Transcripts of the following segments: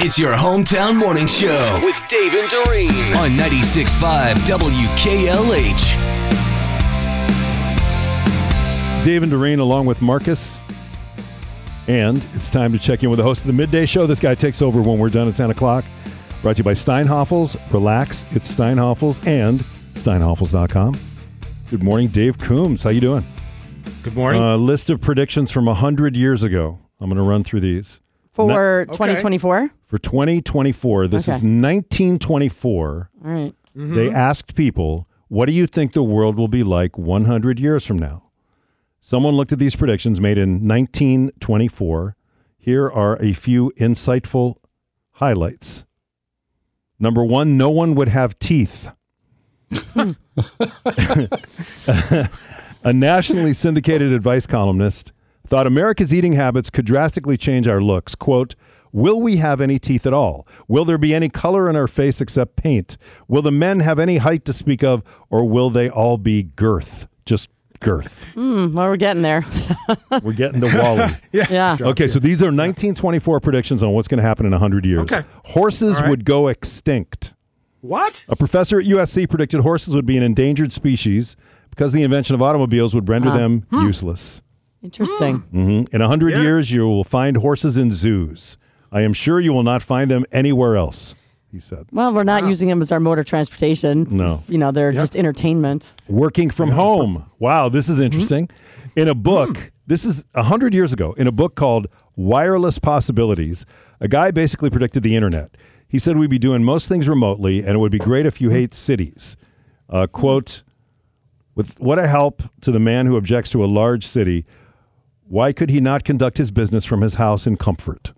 It's your hometown morning show with Dave and Doreen. on 96.5 WKLH. Dave and Doreen, along with Marcus. And it's time to check in with the host of the midday show. This guy takes over when we're done at 10 o'clock. Brought to you by Steinhoffels. Relax, it's Steinhoffels and steinhoffels.com. Good morning, Dave Coombs. How you doing? Good morning. Uh, list of predictions from 100 years ago. I'm going to run through these. for 2024. For 2024, this is Okay. 1924. All right. They asked people, what do you think the world will be like 100 years from now? Someone looked at these predictions made in 1924. Here are a few insightful highlights. Number one, no one would have teeth. a nationally syndicated advice columnist thought America's eating habits could drastically change our looks. Quote, Will we have any teeth at all? Will there be any color in our face except paint? Will the men have any height to speak of, or will they all be girth? Just girth. Hmm, well, we're getting there. We're getting to Wally. yeah. Okay, so these are 1924 predictions on what's going to happen in 100 years. Okay. Horses All right. would go extinct. What? A professor at USC predicted horses would be an endangered species because the invention of automobiles would render them useless. Interesting. hmm Mm. In 100 Yeah. years, you will find horses in zoos. I am sure you will not find them anywhere else, he said. Well, we're not using them as our mode of transportation. No. You know, they're just entertainment. Working from home. Wow, this is interesting. In a book, this is 100 years ago, in a book called Wireless Possibilities, a guy basically predicted the internet. He said we'd be doing most things remotely, and it would be great if you hate cities. Uh, quote, with what a help to the man who objects to a large city. Why could he not conduct his business from his house in comfort?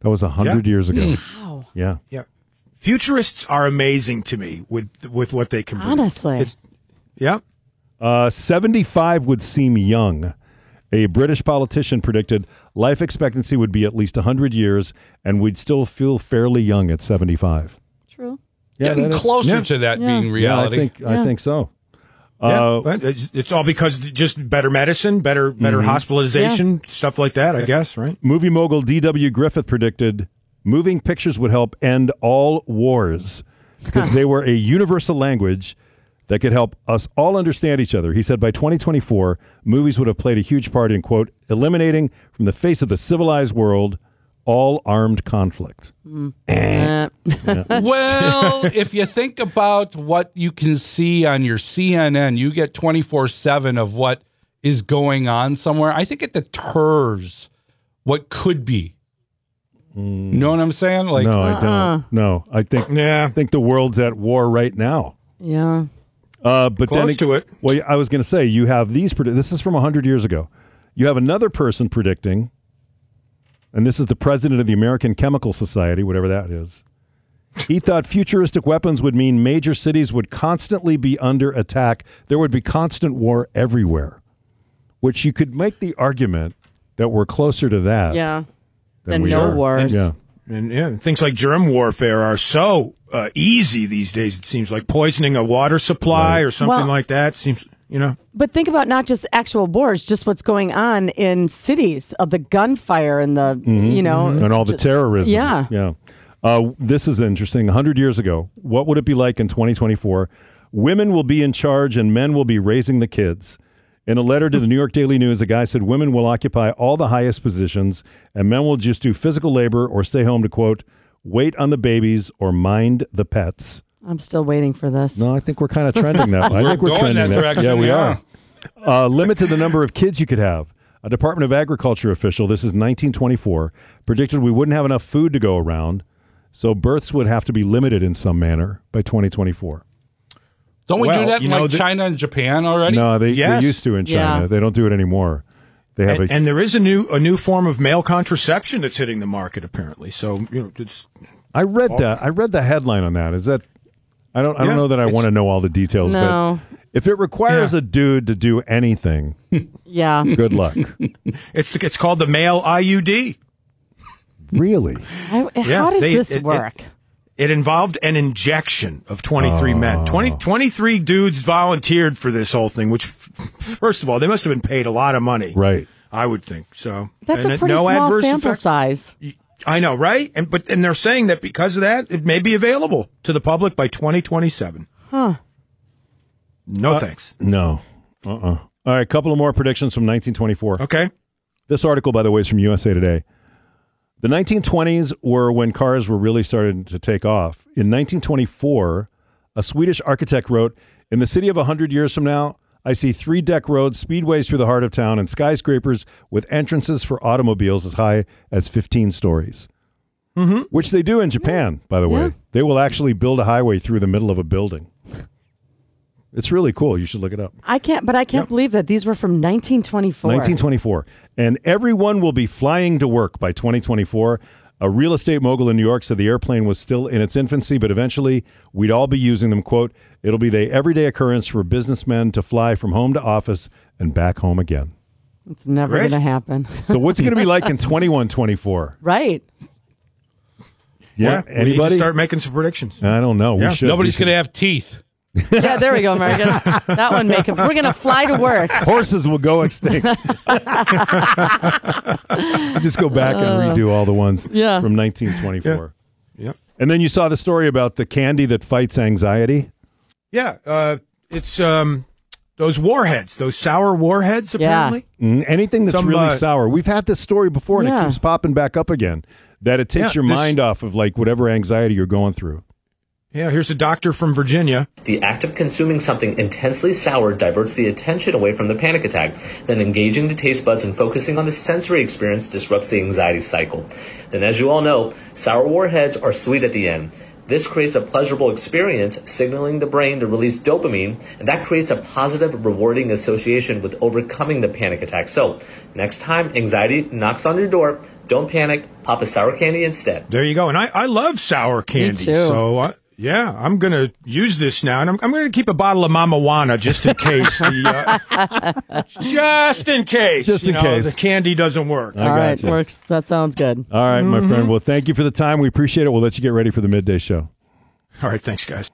That was 100 Yeah. years ago. Wow. Yeah. Yeah. Futurists are amazing to me with with what they can bring. Honestly. It's yeah. Uh, 75 would seem young. A British politician predicted life expectancy would be at least 100 years, and we'd still feel fairly young at 75. True. Yeah, Getting that is- closer yeah. to that Yeah. being Yeah, I reality. think, I Yeah. think so. Yeah, Uh, but it's, it's all because just better medicine, better better hospitalization, stuff like that. I guess, right? Movie mogul D.W. Griffith predicted moving pictures would help end all wars because they were a universal language that could help us all understand each other. He said by 2024, movies would have played a huge part in, quote, eliminating from the face of the civilized world all armed conflict. Uh, Eh. well, if you think about what you can see on your CNN, you get 24 7 of what is going on somewhere. I think it deters what could be. You know what I'm saying? Like, Mm. no, I don't. No, I think Yeah. I think the world's at war right now. yeah. Uh, but then Close to it. Well, I was going to say you have these. Predi- this is from hundred years ago. You have another person predicting, and this is the president of the American Chemical Society, whatever that is. He thought futuristic weapons would mean major cities would constantly be under attack. There would be constant war everywhere, which you could make the argument that we're closer to that. Yeah. than Then we no are. wars. Yeah. And yeah, things like germ warfare are so uh, easy these days. It seems like poisoning a water supply or something Well- like that seems, you know. But think about not just actual wars, just what's going on in cities of the gunfire and the, Mm-hmm. you know. and all the terrorism. yeah. Yeah. Uh, this is interesting. 100 years ago, what would it be like in 2024? Women will be in charge and men will be raising the kids. In a letter to the New York Daily News, a guy said women will occupy all the highest positions and men will just do physical labor or stay home to, quote, wait on the babies or mind the pets. Mm-hmm. I'm still waiting for this. No, I think we're kind of trending that. way. I think we're going trending that direction, Yeah, we yeah. are. Uh, limit to the number of kids you could have. A Department of Agriculture official, this is 1924, predicted we wouldn't have enough food to go around, so births would have to be limited in some manner by 2024. don't we do Well, that in you know, like the- China and Japan already? No, they, Yes. they used to in Yeah. China. They don't do it anymore. They have And, a and there is a new a new form of male contraception that's hitting the market apparently. So you know, it's I read that. I read the headline on that. Is that? I don't. I Yeah, don't know that I it's- want to know all the details. No. But if it requires Yeah. a dude to do anything, Yeah. good luck. it's it's called the male IUD. really? I, Yeah, how does they- this it- it- work? It involved an injection of 23 Oh. men. 20, 23 dudes volunteered for this whole thing, which, first of all, they must have been paid a lot of money. Right. I would think so. That's And a it- pretty no small adverse sample effects? size. I know, right? And but and they're saying that because of that, it may be available to the public by 2027. Huh. No thanks. No. Uh uh All right, couple of more predictions from 1924. Okay. This article, by the way, is from USA Today. The 1920s were when cars were really starting to take off. In 1924, a Swedish architect wrote In the city of 100 years from now, I see three deck roads, speedways through the heart of town, and skyscrapers with entrances for automobiles as high as 15 stories. Mm-hmm. Which they do in Japan, by the way. Yeah. They will actually build a highway through the middle of a building. It's really cool. You should look it up. I can't, but I can't believe that these were from 1924. 1924. And everyone will be flying to work by 2024. A real estate mogul in New York said the airplane was still in its infancy, but eventually we'd all be using them. Quote, it'll be the everyday occurrence for businessmen to fly from home to office and back home again. it's never Great. going to happen. So what's it going to be like in 2124? right. Yeah. we need to Anybody? start making some predictions? I don't know. Yeah. We should. Nobody's We going to have teeth. Yeah, there we go, Marcus. that one make it. We're going to fly to work. should. Horses will go extinct. Just go back and redo all the ones Uh, Yeah. from 1924. Yep. And then you saw the story about the candy that fights anxiety. Yeah. Uh, it's um, those warheads, those sour warheads. Apparently, Mm, anything that's Some, really uh, sour. We've had this story before, and it Yeah. keeps popping back up again. That it takes Yeah, your this- mind off of like whatever anxiety you're going through. yeah. Here's a doctor from Virginia. The act of consuming something intensely sour diverts the attention away from the panic attack. Then engaging the taste buds and focusing on the sensory experience disrupts the anxiety cycle. Then, as you all know, sour warheads are sweet at the end. This creates a pleasurable experience, signaling the brain to release dopamine, and that creates a positive, rewarding association with overcoming the panic attack. So, next time anxiety knocks on your door, don't panic, pop a sour candy instead. There you go. And I, I love sour candy. too. So I, yeah, I'm gonna use this now, and I'm, I'm gonna keep a bottle of Mama Juana just in case. the, uh, just in case. Just you in know, case. the candy doesn't work. All right, gotcha. works. That sounds good. Mm-hmm. All right, my friend. Well, thank you for the time. We appreciate it. We'll let you get ready for the midday show. All right. Thanks, guys.